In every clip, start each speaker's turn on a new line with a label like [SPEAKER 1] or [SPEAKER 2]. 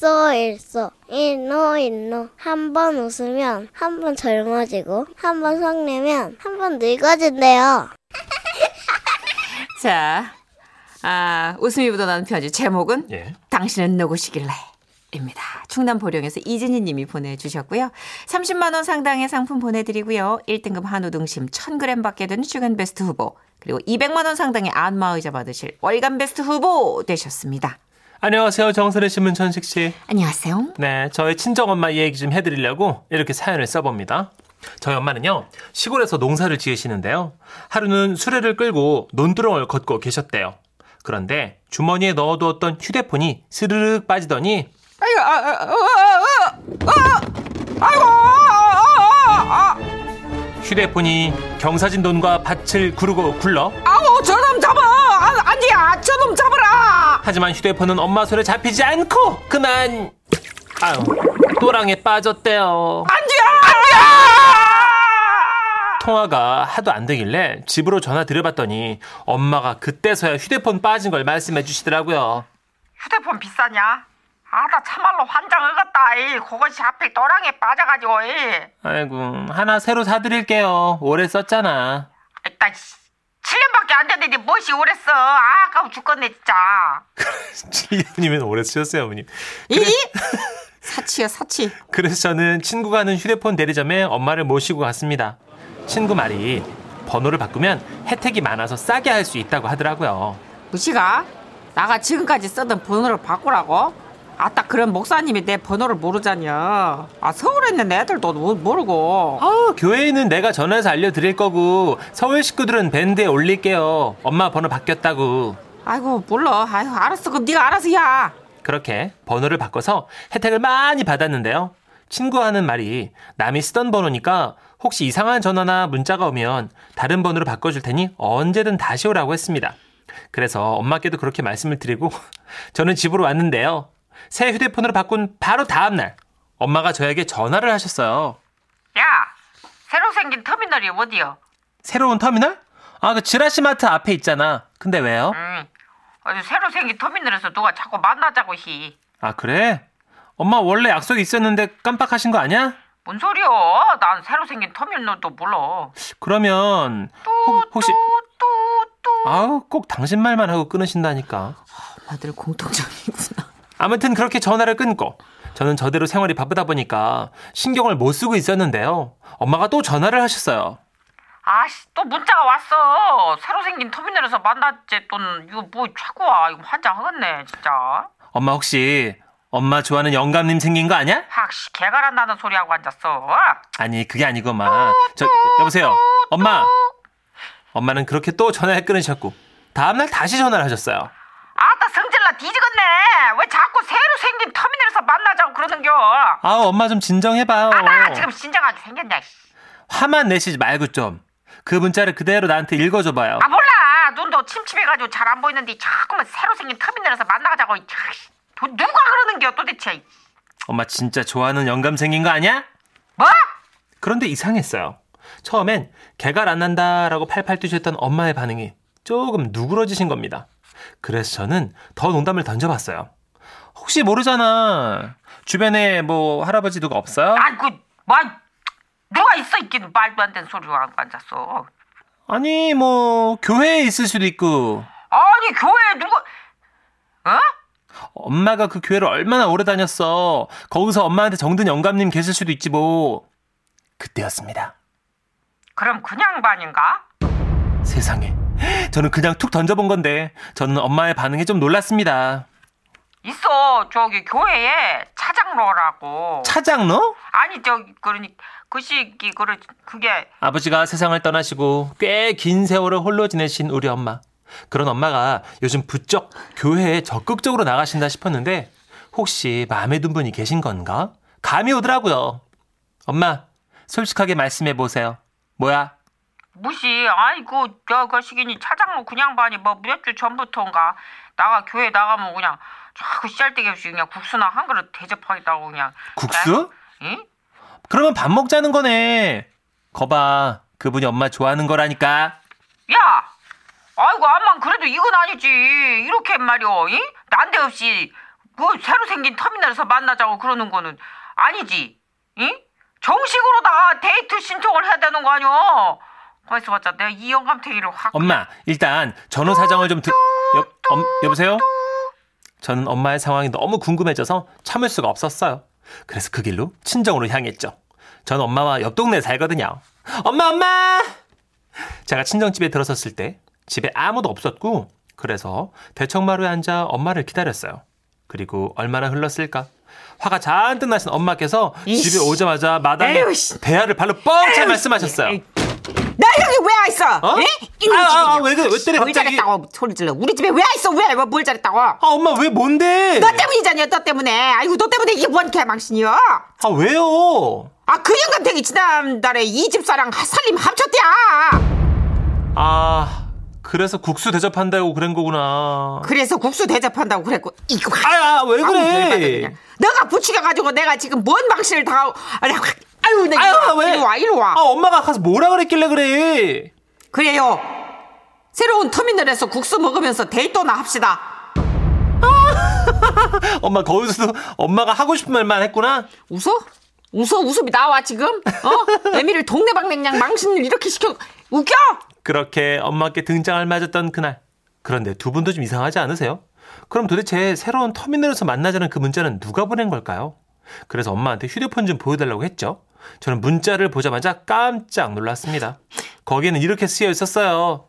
[SPEAKER 1] 일소 일노 일노 한 번 웃으면 한 번 젊어지고 한 번 성내면 한 번 늙어진대요.
[SPEAKER 2] 자, 아, 웃음이 묻어나는 편지 제목은
[SPEAKER 3] 예.
[SPEAKER 2] 당신은 누구시길래? 입니다. 충남 보령에서 이진희 님이 보내주셨고요. 30만 원 상당의 상품 보내드리고요. 1등급 한우 등심 1000g 받게 되는 주간 베스트 후보 그리고 200만 원 상당의 안마의자 받으실 월간 베스트 후보 되셨습니다.
[SPEAKER 3] 안녕하세요. 정선혜 신문 천식 씨.
[SPEAKER 2] 안녕하세요.
[SPEAKER 3] 네, 저의 친정 엄마 얘기 좀 해드리려고 이렇게 사연을 써봅니다. 저희 엄마는요 시골에서 농사를 지으시는데요 하루는 수레를 끌고 논두렁을 걷고 계셨대요. 그런데 주머니에 넣어두었던 휴대폰이 스르륵 빠지더니
[SPEAKER 2] 아이고, 아, 아, 아, 아, 아, 아이고, 아, 아, 아,
[SPEAKER 3] 휴대폰이 경사진돈과 밭을 구르고 굴러
[SPEAKER 2] 아우, 저놈 잡아! 아, 아니야, 저놈 잡아라!
[SPEAKER 3] 하지만 휴대폰은 엄마 손에 잡히지 않고 그만 아유 또랑에 빠졌대요.
[SPEAKER 2] 안돼요!
[SPEAKER 3] 통화가 하도 안 되길래 집으로 전화 드려봤더니 엄마가 그때서야 휴대폰 빠진 걸 말씀해 주시더라고요.
[SPEAKER 4] 휴대폰 비싸냐? 아, 나 참말로 환장 얻었다. 이 그것이 하필 도랑에 빠져가지고, 이.
[SPEAKER 3] 아이고 하나 새로 사드릴게요. 오래 썼잖아.
[SPEAKER 4] 일단, 7년밖에 안 됐는데, 멋이 오랬어. 아, 아까워 죽겠네, 진짜.
[SPEAKER 3] 7년이면 오래 쓰셨어요, 어머님.
[SPEAKER 2] 이? 사치야, 사치.
[SPEAKER 3] 그래서 저는 친구가 하는 휴대폰 대리점에 엄마를 모시고 갔습니다. 친구 말이 번호를 바꾸면 혜택이 많아서 싸게 할 수 있다고 하더라고요.
[SPEAKER 2] 무시가? 나가 지금까지 쓰던 번호를 바꾸라고? 아따 그런 목사님이 내 번호를 모르잖여 아 서울에 있는 애들도 모- 모르고
[SPEAKER 3] 아, 교회에는 내가 전화해서 알려드릴 거고 서울 식구들은 밴드에 올릴게요. 엄마 번호 바뀌었다고.
[SPEAKER 2] 아이고 몰라 아이고 알았어 그럼 네가 알아서 야
[SPEAKER 3] 그렇게 번호를 바꿔서 혜택을 많이 받았는데요. 친구 하는 말이 남이 쓰던 번호니까 혹시 이상한 전화나 문자가 오면 다른 번호로 바꿔줄 테니 언제든 다시 오라고 했습니다. 그래서 엄마께도 그렇게 말씀을 드리고 저는 집으로 왔는데요. 새 휴대폰으로 바꾼 바로 다음날 엄마가 저에게 전화를 하셨어요.
[SPEAKER 4] 야, 새로 생긴 터미널이 어디여?
[SPEAKER 3] 새로운 터미널? 아, 그 지라시마트 앞에 있잖아. 근데 왜요?
[SPEAKER 4] 응. 아주 새로 생긴 터미널에서 누가 자꾸 만나자고, 히.
[SPEAKER 3] 아, 그래? 엄마 원래 약속이 있었는데 깜빡하신 거 아니야?
[SPEAKER 4] 뭔 소리여? 난 새로 생긴 터미널도 몰라.
[SPEAKER 3] 그러면 혹, 혹시
[SPEAKER 4] 뚜뚜뚜.
[SPEAKER 3] 아우 꼭 당신 말만 하고 끊으신다니까.
[SPEAKER 2] 엄마들 공통점이구나
[SPEAKER 3] 아무튼 그렇게 전화를 끊고 저는 저대로 생활이 바쁘다 보니까 신경을 못 쓰고 있었는데요. 엄마가 또 전화를 하셨어요.
[SPEAKER 4] 아씨, 또 문자가 왔어. 새로 생긴 터미널에서 만났지. 또 이거 뭐 자꾸 와. 이거 환장하겠네, 진짜.
[SPEAKER 3] 엄마 혹시 엄마 좋아하는 영감님 생긴 거 아니야?
[SPEAKER 4] 확씨 개가란다는 소리 하고 앉았어.
[SPEAKER 3] 아니 그게 아니고만. 저 여보세요. 엄마. 엄마는 그렇게 또 전화를 끊으셨고 다음날 다시 전화를 하셨어요.
[SPEAKER 4] 아따 성질나 뒤지겠네. 왜 자꾸 새로 생긴 터미널에서 만나자고 그러는겨?
[SPEAKER 3] 아우 엄마 좀 진정해봐요.
[SPEAKER 4] 아따 지금 진정하게 생겼냐? 씨.
[SPEAKER 3] 화만 내시지 말고 좀. 그 문자를 그대로 나한테 읽어줘봐요.
[SPEAKER 4] 아 몰라. 눈도 침침해가지고 잘 안 보이는데 자꾸만 새로 생긴 터미널에서 만나자고. 이 씨. 도- 누가 그러는겨 도대체?
[SPEAKER 3] 엄마 진짜 좋아하는 영감 생긴 거 아니야?
[SPEAKER 4] 뭐?
[SPEAKER 3] 그런데 이상했어요. 처음엔 개갈 안 난다라고 팔팔 뛰셨던 엄마의 반응이 조금 누그러지신 겁니다. 그래서 저는 더 농담을 던져봤어요. 혹시 모르잖아. 주변에 뭐 할아버지 누가 없어요?
[SPEAKER 4] 아이고 뭐 누가 있어 있긴 말도 안 되는 소리로 하고 앉았어.
[SPEAKER 3] 아니 뭐 교회에 있을 수도 있고
[SPEAKER 4] 아니 교회 누가 어?
[SPEAKER 3] 엄마가 그 교회를 얼마나 오래 다녔어. 거기서 엄마한테 정든 영감님 계실 수도 있지 뭐. 그때였습니다.
[SPEAKER 4] 그럼 그냥 반인가?
[SPEAKER 3] 세상에. 저는 그냥 툭 던져본 건데 저는 엄마의 반응에 좀 놀랐습니다.
[SPEAKER 4] 있어 저기 교회에 차장로라고
[SPEAKER 3] 차장로?
[SPEAKER 4] 아니 저기 그러니 그시 그러 그게
[SPEAKER 3] 아버지가 세상을 떠나시고 꽤 긴 세월을 홀로 지내신 우리 엄마. 그런 엄마가 요즘 부쩍 교회에 적극적으로 나가신다 싶었는데 혹시 마음에 든 분이 계신 건가? 감이 오더라고요. 엄마, 솔직하게 말씀해 보세요. 뭐야?
[SPEAKER 4] 무시 아이고 저그 시기니 차장로 그냥 반이 뭐 몇주 전부터인가 나가 교회 나가면 그냥 자꾸 씨알데기 없이 그냥 국수나 한 그릇 대접하겠다고 그냥
[SPEAKER 3] 국수?
[SPEAKER 4] 응?
[SPEAKER 3] 그러면 밥 먹자는 거네. 거봐. 그분이 엄마 좋아하는 거라니까.
[SPEAKER 4] 야 아이고 암만 그래도 이건 아니지 이렇게 말이오 이? 난데없이 뭐 새로 생긴 터미널에서 만나자고 그러는 거는 아니지. 응? 정식으로 다 데이트 신청을 해야 되는 거 아니야? 가만 있어봤자 내가 이 영감탱이를 확
[SPEAKER 3] 엄마, 일단 전후 사정을 좀 드... 여, 엄, 여보세요? 저는 엄마의 상황이 너무 궁금해져서 참을 수가 없었어요. 그래서 그 길로 친정으로 향했죠. 전 엄마와 옆 동네에 살거든요. 엄마, 엄마! 제가 친정집에 들어섰을 때 집에 아무도 없었고 그래서 대청마루에 앉아 엄마를 기다렸어요. 그리고 얼마나 흘렀을까? 화가 잔뜩 나신 엄마께서
[SPEAKER 2] 이씨.
[SPEAKER 3] 집에 오자마자 마당에
[SPEAKER 2] 에휴, 씨.
[SPEAKER 3] 대야를 발로 뻥차 말씀하셨어요.
[SPEAKER 2] 나 여기 왜 와 있어?
[SPEAKER 3] 어?
[SPEAKER 2] 예?
[SPEAKER 3] 아,
[SPEAKER 2] 이놈의
[SPEAKER 3] 아, 아,
[SPEAKER 2] 집이냐?
[SPEAKER 3] 왜 그래? 왜 때려,
[SPEAKER 2] 뭘
[SPEAKER 3] 갑자기?
[SPEAKER 2] 잘했다고 소리 질러. 우리 집에 왜 와 있어? 왜? 뭐, 뭘 잘했다고?
[SPEAKER 3] 아 엄마 왜 뭔데?
[SPEAKER 2] 너 때문이잖아, 너 때문에. 아이고, 너 때문에 이게 뭔 개망신이야?
[SPEAKER 3] 아 왜요?
[SPEAKER 2] 아, 그 영감탱이 지난달에 이 집사랑 살림 합쳤대야.
[SPEAKER 3] 아 그래서 국수 대접한다고 그런 거구나.
[SPEAKER 2] 그래서 국수 대접한다고 그랬고, 이거.
[SPEAKER 3] 아야 왜 그래?
[SPEAKER 2] 그냥. 너가 부치가 가지고 내가 지금 뭔 망신을 당하고 아니, 확, 아유 나
[SPEAKER 3] 아유
[SPEAKER 2] 이리 와,
[SPEAKER 3] 왜?
[SPEAKER 2] 이리 와 이리 와
[SPEAKER 3] 아 엄마가 가서 뭐라 그랬길래 그래?
[SPEAKER 2] 그래요 새로운 터미널에서 국수 먹으면서 데이트나 합시다
[SPEAKER 3] 엄마 거기서도 엄마가 하고 싶은 말만 했구나.
[SPEAKER 2] 웃어? 웃어 웃음이 나와 지금 어? 애미를 동네방네냥 망신을 이렇게 시켜 웃겨?
[SPEAKER 3] 그렇게 엄마께 등장을 맞았던 그날. 그런데 두 분도 좀 이상하지 않으세요? 그럼 도대체 새로운 터미널에서 만나자는 그 문자는 누가 보낸 걸까요? 그래서 엄마한테 휴대폰 좀 보여달라고 했죠. 저는 문자를 보자마자 깜짝 놀랐습니다. 거기에는 이렇게 쓰여 있었어요.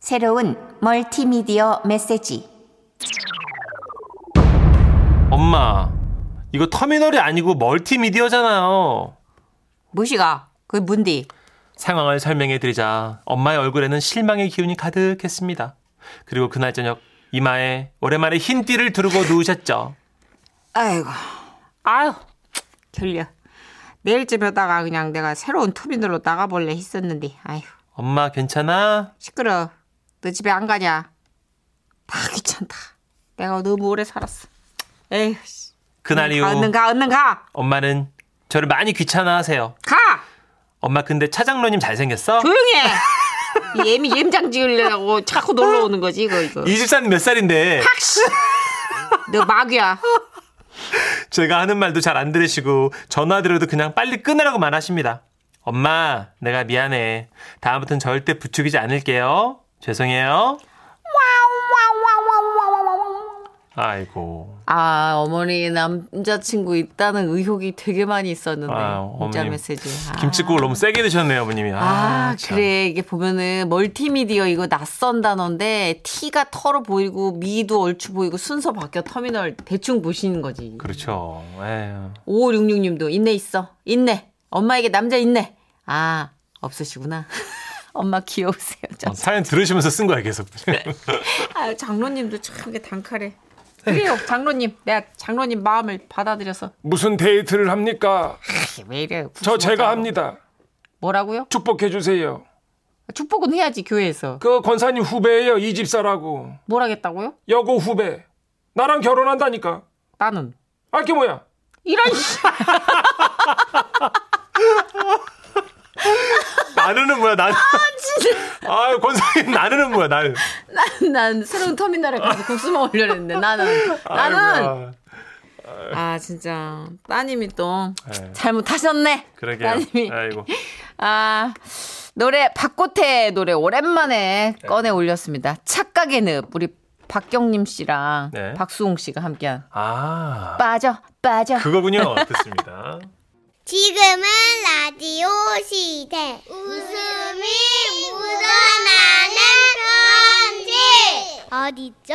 [SPEAKER 5] 새로운 멀티미디어 메시지.
[SPEAKER 3] 엄마, 이거 터미널이 아니고 멀티미디어잖아요.
[SPEAKER 2] 무시가 그 뭔디
[SPEAKER 3] 상황을 설명해 드리자 엄마의 얼굴에는 실망의 기운이 가득했습니다. 그리고 그날 저녁 이마에 오랜만에 흰 띠를 두르고 누우셨죠.
[SPEAKER 2] 아이고 아유 결려 내일쯤에다가 그냥 내가 새로운 터미널로 나가볼래 했었는데 아휴
[SPEAKER 3] 엄마 괜찮아?
[SPEAKER 2] 시끄러. 너 집에 안 가냐? 다 귀찮다. 내가 너무 오래 살았어. 에휴. 씨.
[SPEAKER 3] 그날 이후
[SPEAKER 2] 가, 얼른 가, 얼른 가.
[SPEAKER 3] 엄마는 저를 많이 귀찮아하세요.
[SPEAKER 2] 가.
[SPEAKER 3] 엄마 근데 차장로님 잘생겼어?
[SPEAKER 2] 조용히 해. 이 예미 염장 지으려고 자꾸 놀러 오는 거지 이거 이거.
[SPEAKER 3] 이 집사는 몇 살인데
[SPEAKER 2] 너 마귀야.
[SPEAKER 3] 제가 하는 말도 잘 안 들으시고 전화 드려도 그냥 빨리 끊으라고만 하십니다. 엄마 내가 미안해. 다음부턴 절대 부추기지 않을게요. 죄송해요. 아이고.
[SPEAKER 6] 아 어머니 남자친구 있다는 의혹이 되게 많이 있었는데
[SPEAKER 3] 아유,
[SPEAKER 6] 문자
[SPEAKER 3] 어머님.
[SPEAKER 6] 메시지 아,
[SPEAKER 3] 김치국을 너무 세게 드셨네요, 어머님이.
[SPEAKER 6] 아,
[SPEAKER 3] 참.
[SPEAKER 6] 그래 이게 보면은 멀티미디어 이거 낯선 단어인데 티가 털어 보이고 미도 얼추 보이고 순서 바뀌어 터미널 대충 보시는 거지
[SPEAKER 3] 그렇죠. 에휴.
[SPEAKER 6] 5566님도 있네 있어 있네 엄마에게 남자 있네 아 없으시구나 엄마 귀여우세요 저.
[SPEAKER 3] 어, 사연 들으시면서 쓴 거야, 계속.
[SPEAKER 6] 아 장로님도 참 이게 단칼에 그래요 장로님 내가 장로님 마음을 받아들여서
[SPEAKER 7] 무슨 데이트를 합니까?
[SPEAKER 6] 왜 이래요
[SPEAKER 7] 저 제가 합니다.
[SPEAKER 6] 뭐라고요?
[SPEAKER 7] 축복해 주세요.
[SPEAKER 6] 축복은 해야지 교회에서
[SPEAKER 7] 그 권사님 후배예요. 이 집사라고.
[SPEAKER 6] 뭘 하겠다고요?
[SPEAKER 7] 여고 후배. 나랑 결혼한다니까.
[SPEAKER 6] 나는
[SPEAKER 7] 아, 게 뭐야?
[SPEAKER 6] 이런 씨.
[SPEAKER 3] 나는은 뭐야, 나는. 아, 권사님, 나는은 뭐야, 나는.
[SPEAKER 6] 난, 난 새로운 터미널에 가서 국수 먹으려 했는데 나는 나는
[SPEAKER 3] 아이고야.
[SPEAKER 6] 아 진짜 따님이 또
[SPEAKER 3] 네.
[SPEAKER 6] 잘못하셨네.
[SPEAKER 3] 그러게요.
[SPEAKER 6] 따님이
[SPEAKER 3] 아이고.
[SPEAKER 6] 아 노래 박고태 노래 오랜만에 꺼내 올렸습니다. 착각의 늪 우리 박경림 씨랑
[SPEAKER 3] 네.
[SPEAKER 6] 박수홍 씨가 함께한
[SPEAKER 3] 아,
[SPEAKER 6] 빠져 빠져.
[SPEAKER 3] 그거군요. 듣습니다.
[SPEAKER 1] 지금은 라디오 시대. 웃음이 묻어나는 편지. 어딨죠?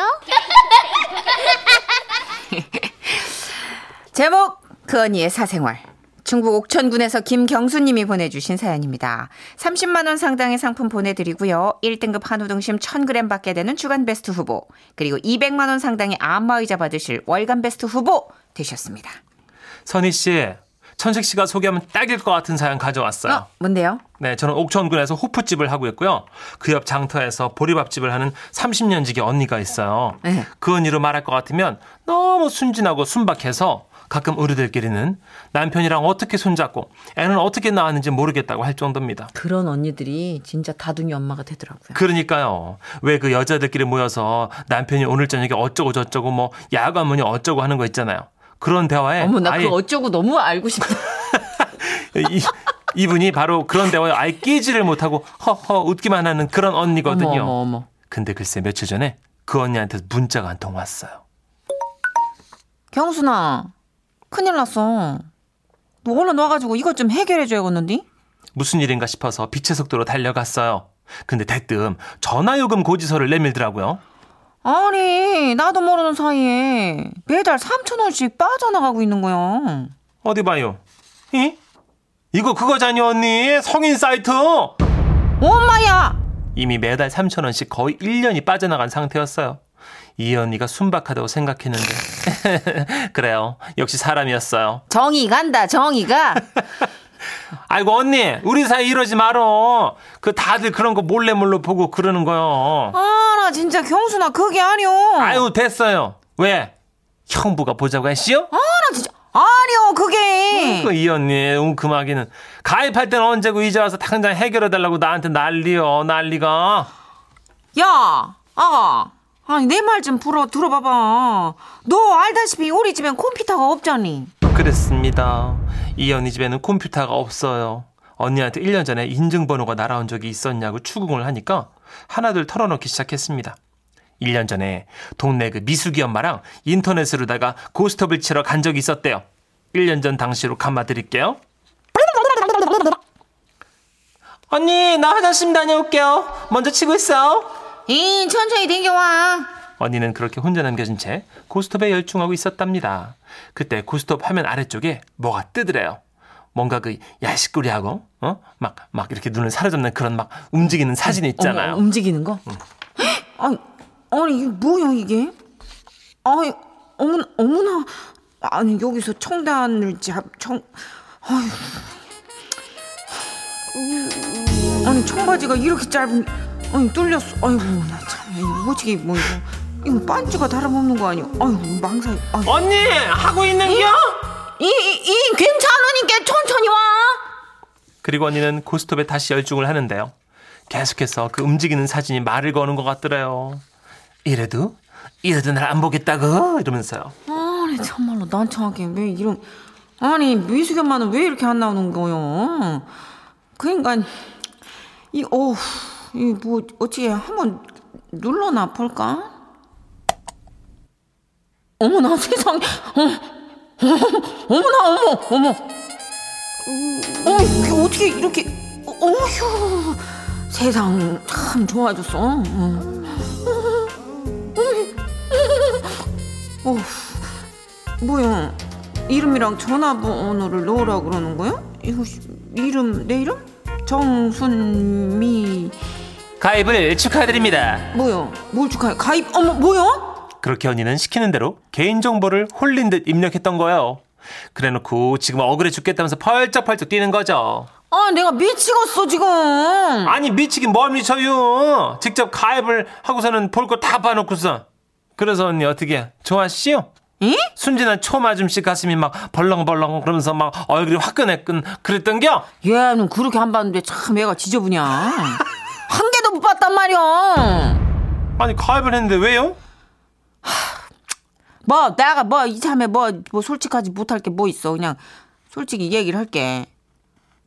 [SPEAKER 6] 제목 그 언니의 사생활 중국 옥천군에서 김경수님이 보내주신 사연입니다. 30만원 상당의 상품 보내드리고요. 1등급 한우 등심 1000g 받게 되는 주간 베스트 후보 그리고 200만원 상당의 안마의자 받으실 월간 베스트 후보 되셨습니다.
[SPEAKER 3] 선희 씨, 천식 씨가 소개하면 딱일 것 같은 사연 가져왔어요.
[SPEAKER 6] 어? 뭔데요?
[SPEAKER 3] 네, 저는 옥천군에서 호프집을 하고 있고요. 그 옆 장터에서 보리밥집을 하는 30년 지기 언니가 있어요.
[SPEAKER 6] 네.
[SPEAKER 3] 그 언니로 말할 것 같으면 너무 순진하고 순박해서 가끔 우리들끼리는 남편이랑 어떻게 손잡고 애는 어떻게 낳았는지 모르겠다고 할 정도입니다.
[SPEAKER 6] 그런 언니들이 진짜 다둥이 엄마가 되더라고요.
[SPEAKER 3] 그러니까요. 왜 그 여자들끼리 모여서 남편이 오늘 저녁에 어쩌고 저쩌고 뭐 야간문이 어쩌고 하는 거 있잖아요. 그런 대화에
[SPEAKER 7] 네,
[SPEAKER 6] 어머 나
[SPEAKER 3] 아예
[SPEAKER 6] 그거 어쩌고 너무 알고 싶다.
[SPEAKER 3] 이, 이분이 바로 그런 대화에 아예 끼지를 못하고 허허 웃기만 하는 그런 언니거든요.
[SPEAKER 6] 어머 어머 어머.
[SPEAKER 3] 근데 글쎄 며칠 전에 그 언니한테 문자가 한 통 왔어요.
[SPEAKER 6] 경순아 큰일 났어. 너 얼른 와가지고 이것 좀 해결해줘야겠는데?
[SPEAKER 3] 무슨 일인가 싶어서 빛의 속도로 달려갔어요. 근데 대뜸 전화요금 고지서를 내밀더라고요.
[SPEAKER 6] 아니 나도 모르는 사이에 매달 3천 원씩 빠져나가고 있는 거야.
[SPEAKER 3] 어디 봐요. 이? 이거 그거잖니 언니 성인 사이트
[SPEAKER 6] 엄마야!
[SPEAKER 3] 이미 매달 3천 원씩 거의 1년이 빠져나간 상태였어요. 이 언니가 순박하다고 생각했는데 그래요. 역시 사람이었어요.
[SPEAKER 6] 정이 간다 정이가.
[SPEAKER 3] 아이고 언니 우리 사이 이러지 말어. 그 다들 그런 거 몰래 몰래 보고 그러는 거요.
[SPEAKER 6] 아 나 진짜 경순아 그게 아니오.
[SPEAKER 3] 아유 됐어요. 왜? 형부가 보자고 했시요?
[SPEAKER 6] 나 진짜 아니오 그게.
[SPEAKER 3] 그이 언니 웅큼하기는 가입할 때는 언제고 이제 와서 당장 해결해 달라고 나한테 난리요 난리가
[SPEAKER 6] 야, 아가. 아니, 내 말 좀 들어봐봐. 너 알다시피 우리 집엔 컴퓨터가 없잖니.
[SPEAKER 3] 그랬습니다 이 언니 집에는 컴퓨터가 없어요 언니한테 1년 전에 인증번호가 날아온 적이 있었냐고 추궁을 하니까 하나둘 털어놓기 시작했습니다 1년 전에 동네 그 미숙이 엄마랑 인터넷으로다가 고스톱을 치러 간 적이 있었대요 1년 전 당시로 감아드릴게요 언니 나 화장실 좀 다녀올게요 먼저 치고 있어
[SPEAKER 6] 이 천천히 댕겨와.
[SPEAKER 3] 언니는 그렇게 혼자 남겨진 채 고스톱에 열중하고 있었답니다. 그때 고스톱 화면 아래쪽에 뭐가 뜨더래요. 뭔가 그 야식거리하고 어? 막, 막 이렇게 눈을 사로잡는 그런 막 움직이는 사진 있잖아요.
[SPEAKER 6] 어머, 움직이는 거? 헉, 아니, 아니, 이게 뭐야, 이게? 아니, 어머나, 어머나. 아니, 여기서 청단을 잡, 청, 아휴. 아니, 청바지가 이렇게 짧은, 아니, 뚫렸어. 아이고, 나 참, 이거 뭐지, 이게 뭐, 이거. 이거 반지가 다름없는 거 아니야? 아이고, 망상, 아이
[SPEAKER 3] 언니 하고 있는겨?
[SPEAKER 6] 이, 이, 이 괜찮으니까 천천히 와.
[SPEAKER 3] 그리고 언니는 고스톱에 다시 열중을 하는데요. 계속해서 그 움직이는 사진이 말을 거는 것 같더래요. 이래도 이래도 날 안 보겠다고 이러면서요.
[SPEAKER 6] 아니 참말로 난처하게 왜 이런 아니 미숙이 엄마는 왜 이렇게 안 나오는 거요? 그 인간 이 어우 이뭐 어찌 한번 눌러나 볼까? 어머나 세상에 어, 어, 어머나 어머 어머 어머 이게 어떻게 이렇게 어, 어휴 세상 참 좋아졌어 어. 어후, 뭐야? 이름이랑 전화번호를 넣으라 그러는 거야? 이거 씨, 이름 내 이름? 정순미
[SPEAKER 3] 가입을 축하드립니다.
[SPEAKER 6] 뭐야? 뭘 축하해? 가입 어머 뭐야?
[SPEAKER 3] 그렇게 언니는 시키는 대로 개인정보를 홀린 듯 입력했던 거예요. 그래놓고 지금 억울해 죽겠다면서 펄쩍펄쩍 뛰는 거죠.
[SPEAKER 6] 아 내가 미치겠어 지금.
[SPEAKER 3] 아니 미치긴 뭘 미쳐요. 직접 가입을 하고서는 볼 거 다 봐놓고서. 그래서 언니 어떻게 좋아하시오?
[SPEAKER 6] 이?
[SPEAKER 3] 순진한 초마줌씨 가슴이 막 벌렁벌렁 그러면서 막 얼굴이 화끈해끈 그랬던겨?
[SPEAKER 6] 얘는 그렇게 안 봤는데 참 얘가 지저분이야. 한 개도 못 봤단 말이야.
[SPEAKER 3] 아니 가입을 했는데 왜요?
[SPEAKER 6] 뭐 내가 뭐 이참에 뭐 뭐 솔직하지 못할 게 뭐 있어? 그냥 솔직히 얘기를 할게.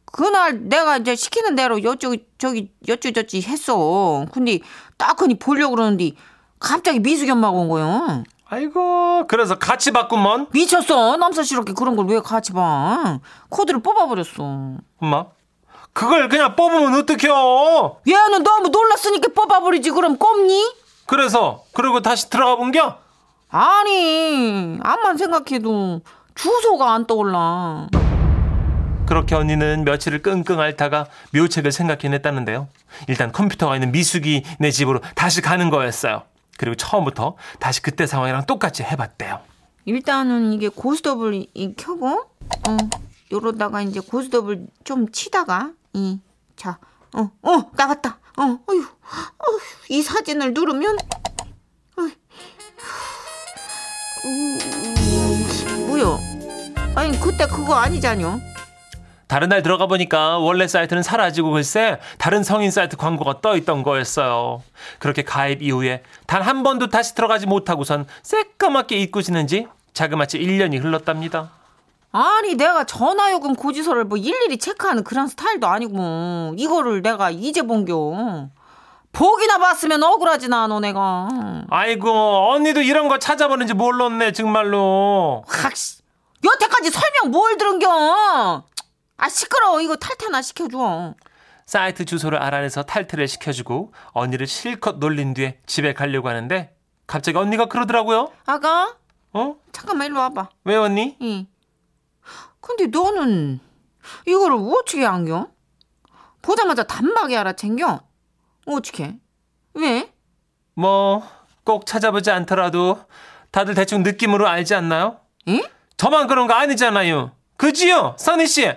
[SPEAKER 6] 그날 내가 이제 시키는 대로 여쭈 저기 여쭈 저쭈 했어. 근데 딱하니 보려고 그러는데 갑자기 미숙이 엄마가 온 거요.
[SPEAKER 3] 아이고 그래서 같이 봤구먼
[SPEAKER 6] 미쳤어. 남사시럽게 그런 걸 왜 같이 봐? 코드를 뽑아버렸어.
[SPEAKER 3] 엄마 그걸 그냥 뽑으면 어떡해요
[SPEAKER 6] 얘는 너무 놀랐으니까 뽑아버리지 그럼 꼽니?
[SPEAKER 3] 그래서 그러고 다시 들어가 본겨?
[SPEAKER 6] 아니 암만 생각해도 주소가 안 떠올라.
[SPEAKER 3] 그렇게 언니는 며칠을 끙끙 앓다가 묘책을 생각해냈다는데요. 일단 컴퓨터가 있는 미숙이네 집으로 다시 가는 거였어요. 그리고 처음부터 다시 그때 상황이랑 똑같이 해봤대요.
[SPEAKER 6] 일단은 이게 고스톱을 이 켜고 어 요러다가 이제 고스톱을 좀 치다가 이자어어 나갔다 어 어휴 어휴 이 사진을 누르면 어휴. 음, 뭐야 그거 아니잖요.
[SPEAKER 3] 다른 날 들어가 보니까 원래 사이트는 사라지고 글쎄 다른 성인 사이트 광고가 떠 있던 거였어요. 그렇게 가입 이후에 단 한 번도 다시 들어가지 못하고선 새까맣게 잊고 지는지 자그마치 1년이 흘렀답니다.
[SPEAKER 6] 아니 내가 전화요금 고지서를 뭐 일일이 체크하는 그런 스타일도 아니고 뭐 이거를 내가 이제 본겨. 보기나 봤으면 억울하지나 너 내가.
[SPEAKER 3] 아이고 언니도 이런 거 찾아보는지 몰랐네 정말로.
[SPEAKER 6] 확씨 여태까지 설명 뭘 들은겨. 아 시끄러워 이거 탈퇴나 시켜줘.
[SPEAKER 3] 사이트 주소를 알아내서 탈퇴를 시켜주고 언니를 실컷 놀린 뒤에 집에 가려고 하는데 갑자기 언니가 그러더라고요.
[SPEAKER 6] 아가
[SPEAKER 3] 어?
[SPEAKER 6] 잠깐만 일로 와봐.
[SPEAKER 3] 왜 언니?
[SPEAKER 6] 응. 근데 너는 이거를 어떻게 안겨? 보자마자 단박에 알아챙겨? 어떻게? 왜?
[SPEAKER 3] 뭐 꼭 찾아보지 않더라도 다들 대충 느낌으로 알지 않나요?
[SPEAKER 6] 응?
[SPEAKER 3] 저만 그런 거 아니잖아요. 그지요, 선희 씨.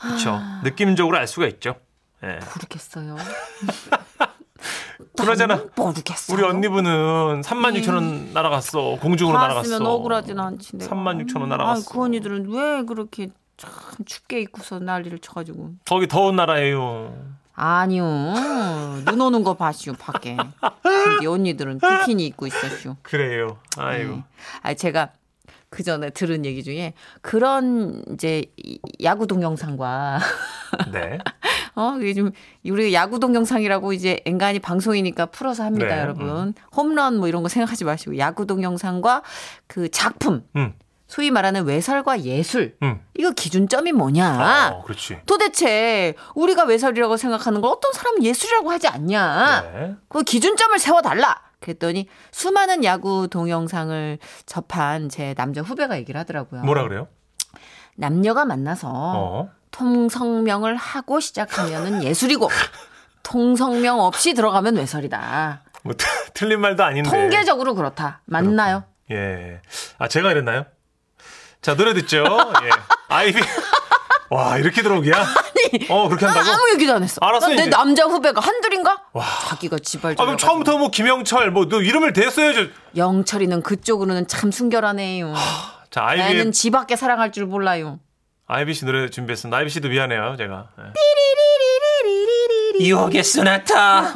[SPEAKER 3] 그렇죠. 느낌적으로 알 수가 있죠. 예.
[SPEAKER 6] 모르겠어요.
[SPEAKER 3] 그러잖아.
[SPEAKER 6] 모르겠어.
[SPEAKER 3] 우리 언니분은 3만 6천 원 날아갔어. 공중으로 날아갔어.
[SPEAKER 6] 봤으면 음. 억울하진 않지. 내가.
[SPEAKER 3] 36,000원 날아갔어.
[SPEAKER 6] 네. 아이, 그 언니들은 왜 그렇게 참 춥게 입고서 난리를 쳐가지고.
[SPEAKER 3] 거기 더운 나라예요.
[SPEAKER 6] 아니요. 눈 오는 거 봐시오 밖에. 근데 언니들은 비키니 입고 있었슈.
[SPEAKER 3] 그래요. 아이고.
[SPEAKER 6] 네. 아 제가 그 전에 들은 얘기 중에 그런 이제 이- 야구 동영상과 음.
[SPEAKER 3] 네.
[SPEAKER 6] 어 이게 좀 우리 야구 동영상이라고 이제 엔간히 방송이니까 풀어서 합니다,
[SPEAKER 3] 네,
[SPEAKER 6] 여러분. 홈런 뭐 이런 거 생각하지 마시고 야구 동영상과 그 작품,
[SPEAKER 3] 음.
[SPEAKER 6] 소위 말하는 외설과 예술
[SPEAKER 3] 음.
[SPEAKER 6] 이거 기준점이 뭐냐?
[SPEAKER 3] 어, 그렇지.
[SPEAKER 6] 도대체 우리가 외설이라고 생각하는 걸 어떤 사람은 예술이라고 하지 않냐?
[SPEAKER 3] 네.
[SPEAKER 6] 그 기준점을 세워달라. 그랬더니 수많은 야구 동영상을 접한 제 남자 후배가 얘기를 하더라고요.
[SPEAKER 3] 뭐라 그래요?
[SPEAKER 6] 남녀가 만나서
[SPEAKER 3] 어.
[SPEAKER 6] 통성명을 하고 시작하면은 예술이고 통성명 없이 들어가면 외설이다.
[SPEAKER 3] 뭐 틀린 말도 아닌데.
[SPEAKER 6] 통계적으로 그렇다. 맞나요?
[SPEAKER 3] 예. 아, 제가 이랬나요? 자, 노래 듣죠. 예. 아이비. 와, 이렇게 들어오기야? 어, 그렇게 한다고?
[SPEAKER 6] 아, 무 얘기도 안 했어.
[SPEAKER 3] 알았어,
[SPEAKER 6] 나- 내
[SPEAKER 3] 이제.
[SPEAKER 6] 남자 후배가 한둘인가? 자기가 지발적.
[SPEAKER 3] 아, 그럼 처음부터 뭐 김영철, 뭐, 너 이름을 대써야지.
[SPEAKER 6] 영철이는 그쪽으로는 참 순결하네요.
[SPEAKER 3] 자, 아이비.
[SPEAKER 6] 나는 지 밖에 사랑할 줄 몰라요.
[SPEAKER 3] 아이비 씨 노래 준비했습니다. 아이비 씨도 미안해요, 제가. 예. 유혹의 소나타.